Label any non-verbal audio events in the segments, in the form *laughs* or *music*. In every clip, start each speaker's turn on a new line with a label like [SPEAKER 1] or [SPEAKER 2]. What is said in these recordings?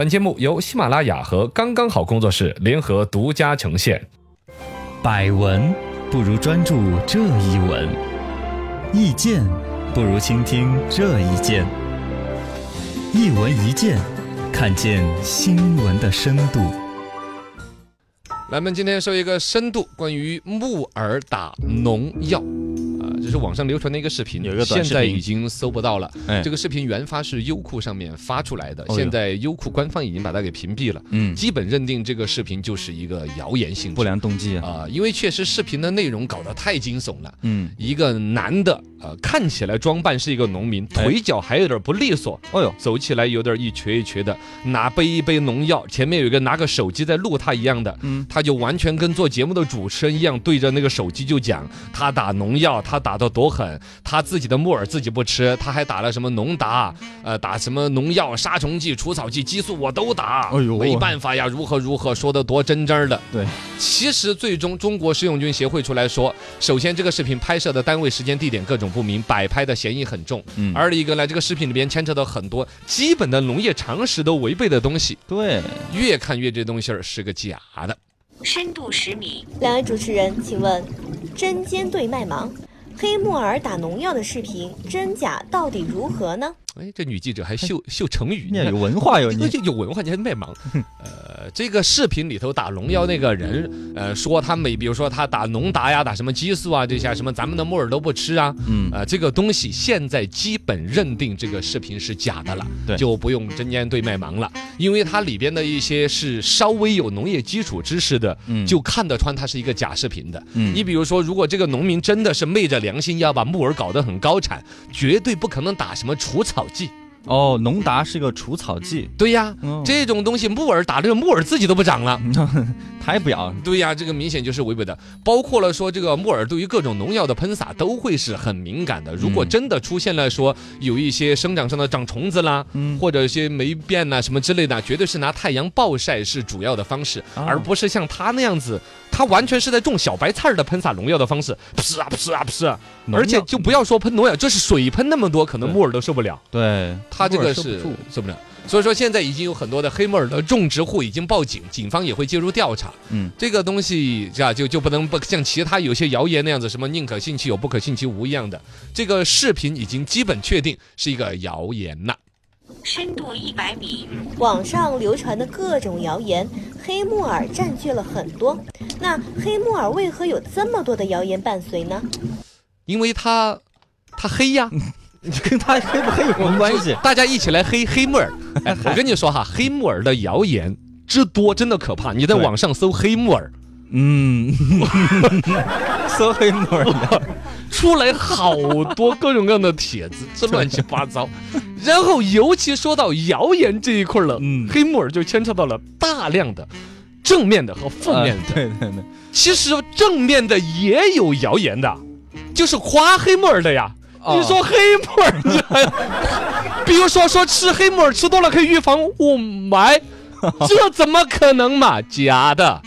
[SPEAKER 1] 本节目由喜马拉雅和刚刚好工作室联合独家呈现。
[SPEAKER 2] 百闻不如专注这一闻，意见不如倾听这一见。一闻一见，看见新闻的深度。
[SPEAKER 1] 来，我们今天说一个深度关于木耳打农药，啊、这是网上流传的一个视频，
[SPEAKER 2] 有一个短
[SPEAKER 1] 现
[SPEAKER 2] 视频
[SPEAKER 1] 在已经搜不到了。
[SPEAKER 2] 哎
[SPEAKER 1] 这个视频原发是优酷上面发出来的，
[SPEAKER 2] 呦
[SPEAKER 1] 现在优酷官方已经把它给屏蔽了，
[SPEAKER 2] 哦嗯，
[SPEAKER 1] 基本认定这个视频就是一个谣言性质
[SPEAKER 2] 不良动机啊。
[SPEAKER 1] 啊、因为确实视频的内容搞得太惊悚了。
[SPEAKER 2] 嗯，
[SPEAKER 1] 一个男的，呃，看起来装扮是一个农民，
[SPEAKER 2] 哎
[SPEAKER 1] 腿脚还有点不利索，
[SPEAKER 2] 哦哟，
[SPEAKER 1] 走起来有点一瘸一瘸的，拿背一杯农药，前面有一个拿个手机在录他一样的，
[SPEAKER 2] 嗯
[SPEAKER 1] 他就完全跟做节目的主持人一样，对着那个手机就讲他打农药，他打的多狠，他自己的木耳自己不吃，他还打了什么农达，呃，打什么农药、杀虫剂、除草剂、激素我都打，
[SPEAKER 2] 哎呦
[SPEAKER 1] 没办法呀，如何如何，说的多真真儿的。
[SPEAKER 2] 对，
[SPEAKER 1] 其实最终中国食用菌协会出来说，首先这个视频拍摄的单位、时间、地点各种不明，摆拍的嫌疑很重。
[SPEAKER 2] 嗯，
[SPEAKER 1] 二一个呢，这个视频里边牵扯到很多基本的农业常识都违背的东西，
[SPEAKER 2] 对，
[SPEAKER 1] 越看越这东西儿是个假的。
[SPEAKER 3] 深度十米，
[SPEAKER 4] 两位主持人，请问，针尖对麦芒，黑木耳打农药的视频真假到底如何呢？
[SPEAKER 1] 哎，这女记者还秀秀成语，
[SPEAKER 2] 你有文化有
[SPEAKER 1] *laughs* 你看
[SPEAKER 2] 你，
[SPEAKER 1] 就有文化，你还卖
[SPEAKER 2] *laughs*
[SPEAKER 1] 萌。
[SPEAKER 2] 嗯
[SPEAKER 1] 呃，这个视频里头打农药那个
[SPEAKER 2] 嗯
[SPEAKER 1] 人，呃，说他每比如说他打农达呀，打什么激素啊这些啊，什么咱们的木耳都不吃啊，
[SPEAKER 2] 嗯，
[SPEAKER 1] 呃，这个东西现在基本认定这个视频是假的了，
[SPEAKER 2] 对
[SPEAKER 1] 就不用针尖对麦芒了，因为它里边的一些是稍微有农业基础知识的，
[SPEAKER 2] 嗯
[SPEAKER 1] 就看得穿它是一个假视频的。
[SPEAKER 2] 嗯
[SPEAKER 1] 你比如说，如果这个农民真的是昧着良心要把木耳搞得很高产，绝对不可能打什么除草剂。
[SPEAKER 2] 哦，农达是个除草剂，
[SPEAKER 1] 对呀，
[SPEAKER 2] 哦
[SPEAKER 1] 这种东西木耳打这个木耳自己都不长了。
[SPEAKER 2] 嗯抬不了。
[SPEAKER 1] 对呀，这个明显就是违背的，包括了说这个木耳对于各种农药的喷洒都会是很敏感的。如果真的出现了说有一些生长上的长虫子啦，
[SPEAKER 2] 嗯
[SPEAKER 1] 或者一些霉变呐、什么之类的，绝对是拿太阳暴晒是主要的方式，
[SPEAKER 2] 啊
[SPEAKER 1] 而不是像他那样子，他完全是在种小白菜儿的喷洒农药的方式，噗啊噗啊噗啊，
[SPEAKER 2] 农药
[SPEAKER 1] 而且就不要说喷农药，就是水喷那么多，可能
[SPEAKER 2] 对
[SPEAKER 1] 木耳都受不了。
[SPEAKER 2] 对，
[SPEAKER 1] 他这
[SPEAKER 2] 木
[SPEAKER 1] 个
[SPEAKER 2] 耳收不
[SPEAKER 1] 是
[SPEAKER 2] 住
[SPEAKER 1] 受不了。所以说，现在已经有很多的黑木耳的种植户已经报警，警方也会介入调查。
[SPEAKER 2] 嗯，
[SPEAKER 1] 这个东西啊，就就不能不像其他有些谣言那样子，什么宁可信其有，不可信其无一样的。这个视频已经基本确定是一个谣言了。
[SPEAKER 3] 深度一百米，
[SPEAKER 4] 网上流传的各种谣言，黑木耳占据了很多。那黑木耳为何有这么多的谣言伴随呢？
[SPEAKER 1] 因为它它黑呀，
[SPEAKER 2] *laughs* 跟他黑不黑有什么关系？
[SPEAKER 1] *laughs* 大家一起来黑黑木耳。哎，我跟你说哈，黑木耳的谣言之多真的可怕。你在
[SPEAKER 2] 对
[SPEAKER 1] 网上搜黑木耳，
[SPEAKER 2] 嗯， *laughs* 搜黑木耳的，
[SPEAKER 1] 出来好多各种各样的帖子，这乱七八糟。
[SPEAKER 2] *laughs*
[SPEAKER 1] 然后尤其说到谣言这一块儿了，
[SPEAKER 2] 嗯
[SPEAKER 1] 黑木耳就牵扯到了大量的正面的和负面
[SPEAKER 2] 呃
[SPEAKER 1] 的。
[SPEAKER 2] 对对对，
[SPEAKER 1] 其实正面的也有谣言的，就是夸黑木耳的呀。
[SPEAKER 2] 哦
[SPEAKER 1] 你说黑木耳，你
[SPEAKER 2] *laughs*
[SPEAKER 1] 还比如说说吃黑木耳吃多了可以预防雾
[SPEAKER 2] *laughs*
[SPEAKER 1] 霾，这怎么可能嘛？假的。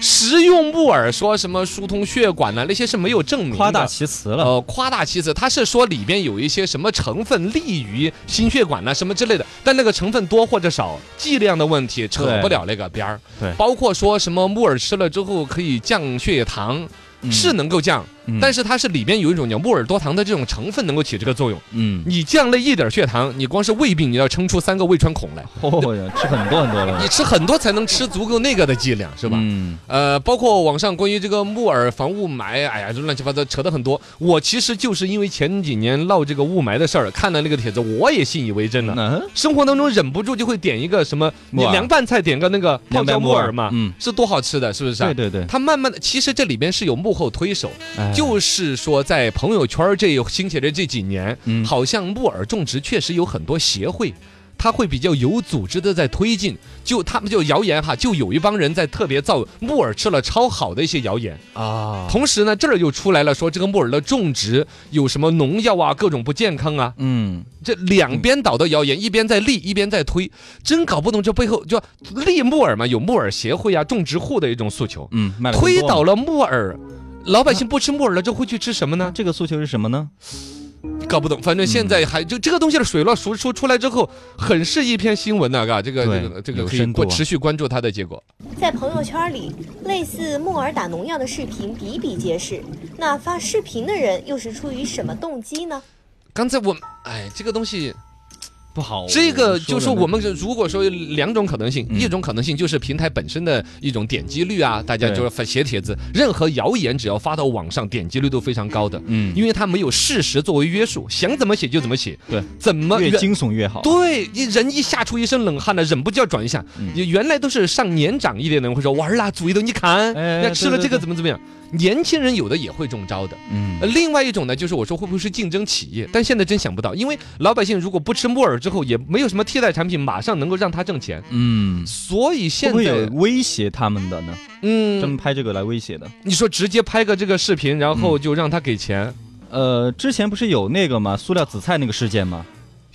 [SPEAKER 1] 食用木耳说什么疏通血管呢、啊那些是没有证明的。
[SPEAKER 2] 夸大其词了。
[SPEAKER 1] 呃，夸大其词，它是说里边有一些什么成分利于心血管呐、什么之类的，但那个成分多或者少，剂量的问题扯
[SPEAKER 2] 对
[SPEAKER 1] 不了那个边儿。
[SPEAKER 2] 对
[SPEAKER 1] 包括说什么木耳吃了之后可以降血糖，是能够降，
[SPEAKER 2] 嗯，
[SPEAKER 1] 但
[SPEAKER 2] 是
[SPEAKER 1] 是它是里边有一种叫木耳多糖的这种成分能够起这个作用。
[SPEAKER 2] 嗯，
[SPEAKER 1] 你降了一点血糖，你光是胃病你要撑出三个胃穿孔来，
[SPEAKER 2] 哦呀，吃很多很多了，
[SPEAKER 1] 你吃很多才能吃足够那个的剂量，是吧？
[SPEAKER 2] 嗯，
[SPEAKER 1] 呃，包括网上关于这个木耳防雾霾，哎呀，这乱七八糟扯得很多。我其实就是因为前几年闹这个雾霾的事儿，看了那个帖子，我也信以为真了。
[SPEAKER 2] 那
[SPEAKER 1] 生活当中忍不住就会点一个什么，你
[SPEAKER 2] 嗯木耳
[SPEAKER 1] 凉拌菜点个那个泡
[SPEAKER 2] 凉
[SPEAKER 1] 椒
[SPEAKER 2] 拌
[SPEAKER 1] 木耳嘛，
[SPEAKER 2] 嗯，
[SPEAKER 1] 是多好吃的，是不是、啊？
[SPEAKER 2] 对对对，
[SPEAKER 1] 它慢慢的，其实这里边是有幕后推手，
[SPEAKER 2] 哎
[SPEAKER 1] 就是说在朋友圈儿这一兴起的这几年，
[SPEAKER 2] 嗯
[SPEAKER 1] 好像木耳种植确实有很多协会。它会比较有组织的在推进，就他们就谣言哈，就有一帮人在特别造木耳吃了超好的一些谣言。
[SPEAKER 2] 啊，
[SPEAKER 1] 同时呢，这儿又出来了说这个木耳的种植有什么农药啊，各种不健康啊，
[SPEAKER 2] 嗯，
[SPEAKER 1] 这两边倒的谣言，一边在立，一边在推，真搞不懂这背后就立木耳嘛，有木耳协会啊，种植户的一种诉求。
[SPEAKER 2] 嗯，卖了更
[SPEAKER 1] 推
[SPEAKER 2] 多
[SPEAKER 1] 倒了木耳，老百姓不吃木耳了，这会去吃什么
[SPEAKER 2] 那
[SPEAKER 1] 呢？
[SPEAKER 2] 这个诉求是什么呢？
[SPEAKER 1] 搞不懂，反正现在还
[SPEAKER 2] 嗯
[SPEAKER 1] 就这个东西的水落石出出来之后，很是一篇新闻呐、嘎，这个
[SPEAKER 2] 对
[SPEAKER 1] 这个这个
[SPEAKER 2] 有
[SPEAKER 1] 可以
[SPEAKER 2] 深度
[SPEAKER 1] 关
[SPEAKER 2] 啊
[SPEAKER 1] 持续关注它的结果。
[SPEAKER 4] 在朋友圈里，类似木耳打农药的视频比比皆是。那发视频的人又是出于什么动机呢？
[SPEAKER 1] 刚才我，哎，这个东西，
[SPEAKER 2] 不好。
[SPEAKER 1] 这个就是
[SPEAKER 2] 哦说的
[SPEAKER 1] 我们如果说有两种可能性，
[SPEAKER 2] 嗯
[SPEAKER 1] 一种可能性就是平台本身的一种点击率啊，大家
[SPEAKER 2] 对
[SPEAKER 1] 就是发写帖子，任何谣言只要发到网上，点击率都非常高的，
[SPEAKER 2] 嗯
[SPEAKER 1] 因为它没有事实作为约束，想怎么写就怎么写，
[SPEAKER 2] 对，
[SPEAKER 1] 怎么
[SPEAKER 2] 越
[SPEAKER 1] 原
[SPEAKER 2] 惊悚越好。
[SPEAKER 1] 对，你人一吓出一身冷汗了，忍不住要转一下。
[SPEAKER 2] 嗯
[SPEAKER 1] 你原来都是上年长一点的人会说玩儿啦，煮一顿，你看，
[SPEAKER 2] 哎
[SPEAKER 1] 那吃了
[SPEAKER 2] 对对
[SPEAKER 1] 这个
[SPEAKER 2] 对
[SPEAKER 1] 怎么怎么样。年轻人有的也会中招的。
[SPEAKER 2] 嗯
[SPEAKER 1] 呃，另外一种呢，就是我说会不会是竞争企业？但现在真想不到，因为老百姓如果不吃木耳之后，也没有什么替代产品，马上能够让他挣钱。
[SPEAKER 2] 嗯，
[SPEAKER 1] 所以
[SPEAKER 2] 会
[SPEAKER 1] 现
[SPEAKER 2] 不会有
[SPEAKER 1] 在，
[SPEAKER 2] 威胁他们的呢？他们
[SPEAKER 1] 嗯，
[SPEAKER 2] 拍这个来威胁的。
[SPEAKER 1] 你说直接拍个这个视频，然
[SPEAKER 2] 嗯
[SPEAKER 1] 后就让他给钱，
[SPEAKER 2] 呃，之前不是有那个嘛，塑料紫菜那个事件吗？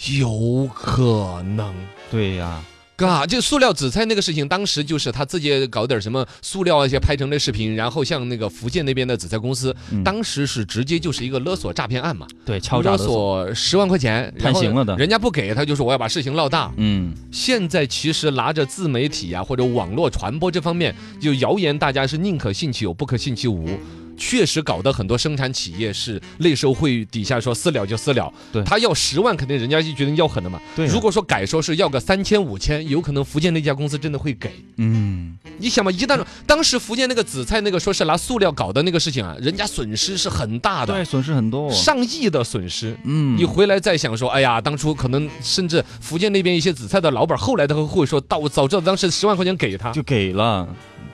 [SPEAKER 2] 嗯
[SPEAKER 1] 有可能。
[SPEAKER 2] 对呀、
[SPEAKER 1] 嘎，这啊塑料紫菜那个事情，当时就是他自己搞点什么塑料啊，一些拍成的视频，然后像那个福建那边的紫菜公司，
[SPEAKER 2] 嗯
[SPEAKER 1] 当时是直接就是一个勒索诈骗案嘛，
[SPEAKER 2] 对，敲诈勒索。
[SPEAKER 1] 索十万块钱，然后
[SPEAKER 2] 判刑了的
[SPEAKER 1] 人家不给他，就说我要把事情闹大。
[SPEAKER 2] 嗯，
[SPEAKER 1] 现在其实拿着自媒体啊或者网络传播这方面，就谣言，大家是宁可信其有，不可信其无。
[SPEAKER 2] 嗯
[SPEAKER 1] 确实搞得很多生产企业是内收会底下说私了就私了，
[SPEAKER 2] 对
[SPEAKER 1] 他要十万肯定人家就觉得要狠的嘛。
[SPEAKER 2] 对啊
[SPEAKER 1] 如果说改说是要个三千五千，有可能福建那家公司真的会给。
[SPEAKER 2] 嗯，
[SPEAKER 1] 你想嘛，一旦当时福建那个紫菜那个说是拿塑料搞的那个事情啊，人家损失是很大
[SPEAKER 2] 对，
[SPEAKER 1] 的，
[SPEAKER 2] 损失很多、哦。
[SPEAKER 1] 上亿的损失。
[SPEAKER 2] 嗯，
[SPEAKER 1] 你回来再想说，哎呀，当初可能甚至福建那边一些紫菜的老板，后来他会会说，到早知道当时十万块钱给他。
[SPEAKER 2] 就给了，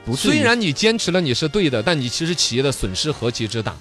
[SPEAKER 2] 不至于
[SPEAKER 1] 虽，然你坚持了你是对的，但你其实企业的损失何其之大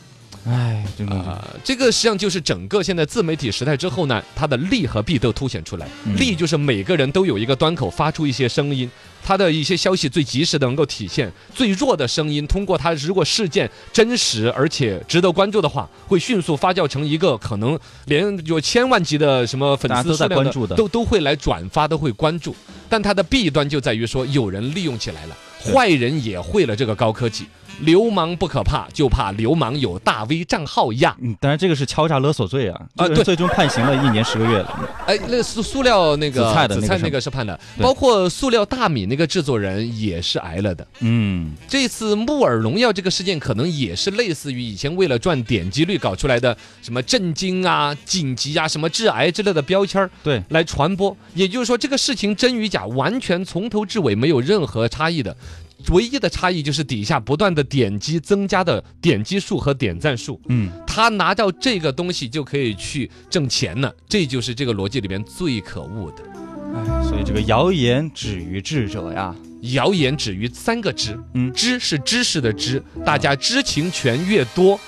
[SPEAKER 2] 哎，真的、
[SPEAKER 1] 啊、这个实际上就是整个现在自媒体时代之后呢，它的利和弊都凸显出来。
[SPEAKER 2] 嗯
[SPEAKER 1] 利就是每个人都有一个端口，发出一些声音，他的一些消息最及时的能够体现；最弱的声音，通过他如果事件真实而且值得关注的话，会迅速发酵成一个可能连有千万级的什么粉
[SPEAKER 2] 大家
[SPEAKER 1] 丝
[SPEAKER 2] 都在
[SPEAKER 1] 数量
[SPEAKER 2] 关注的
[SPEAKER 1] 都都会来转发，都会关注。但它的弊端就在于说，有人利用起来了，坏人也会了这个高科技。流氓不可怕，就怕流氓有大 V 账号呀！
[SPEAKER 2] 嗯，当然这个是敲诈勒索罪啊，
[SPEAKER 1] 啊
[SPEAKER 2] 这个人
[SPEAKER 1] 对
[SPEAKER 2] 最终判刑了一年十个月了。
[SPEAKER 1] 哎，那塑塑料那个
[SPEAKER 2] 紫菜的那个是吗
[SPEAKER 1] 那个是判的，
[SPEAKER 2] 对
[SPEAKER 1] 包括塑料大米那个制作人也是挨了的。
[SPEAKER 2] 嗯，
[SPEAKER 1] 这次木耳农药这个事件，可能也是类似于以前为了赚点击率搞出来的什么震惊啊、紧急啊、什么致癌之类的标签儿
[SPEAKER 2] 对，
[SPEAKER 1] 来传播。也就是说，这个事情真与假完全从头至尾没有任何差异的，唯一的差异就是底下不断的点击增加的点击数和点赞数。
[SPEAKER 2] 嗯，
[SPEAKER 1] 他拿到这个东西就可以去挣钱了，这就是这个逻辑里边最可恶的。
[SPEAKER 2] 哎，所以这个谣言止于智者呀。
[SPEAKER 1] 谣言止于三个知，
[SPEAKER 2] 嗯
[SPEAKER 1] 知是知识的知，大家知情权越多，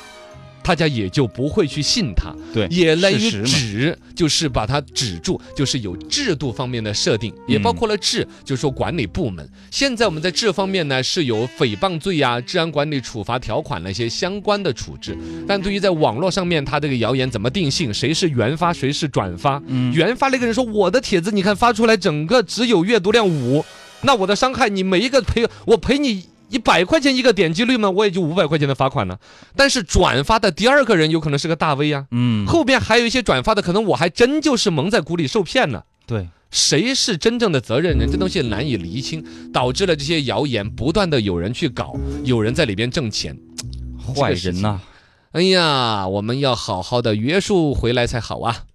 [SPEAKER 1] 大家也就不会去信它。
[SPEAKER 2] 对，
[SPEAKER 1] 也来于
[SPEAKER 2] 事实嘛
[SPEAKER 1] 止，就是把它止住，就是有制度方面的设定，也
[SPEAKER 2] 嗯
[SPEAKER 1] 包括了治，就是说管理部门。现在我们在治方面呢，是有诽谤罪啊、治安管理处罚条款那些相关的处置。但对于在网络上面，它这个谣言怎么定性，谁是原发，谁是转发？
[SPEAKER 2] 嗯
[SPEAKER 1] 原发那个人说我的帖子，你看发出来整个只有阅读量五，那我的伤害你每一个赔我赔你。一百块钱一个点击率嘛，我也就五百块钱的罚款了。但是转发的第二个人有可能是个大 V 啊呀、
[SPEAKER 2] 嗯，
[SPEAKER 1] 后边还有一些转发的，可能我还真就是蒙在鼓里受骗了。
[SPEAKER 2] 对，
[SPEAKER 1] 谁是真正的责任人？这东西难以厘清，导致了这些谣言不断的有人去搞，有人在里边挣钱。
[SPEAKER 2] 坏人呐、
[SPEAKER 1] 哎呀，我们要好好的约束回来才好啊。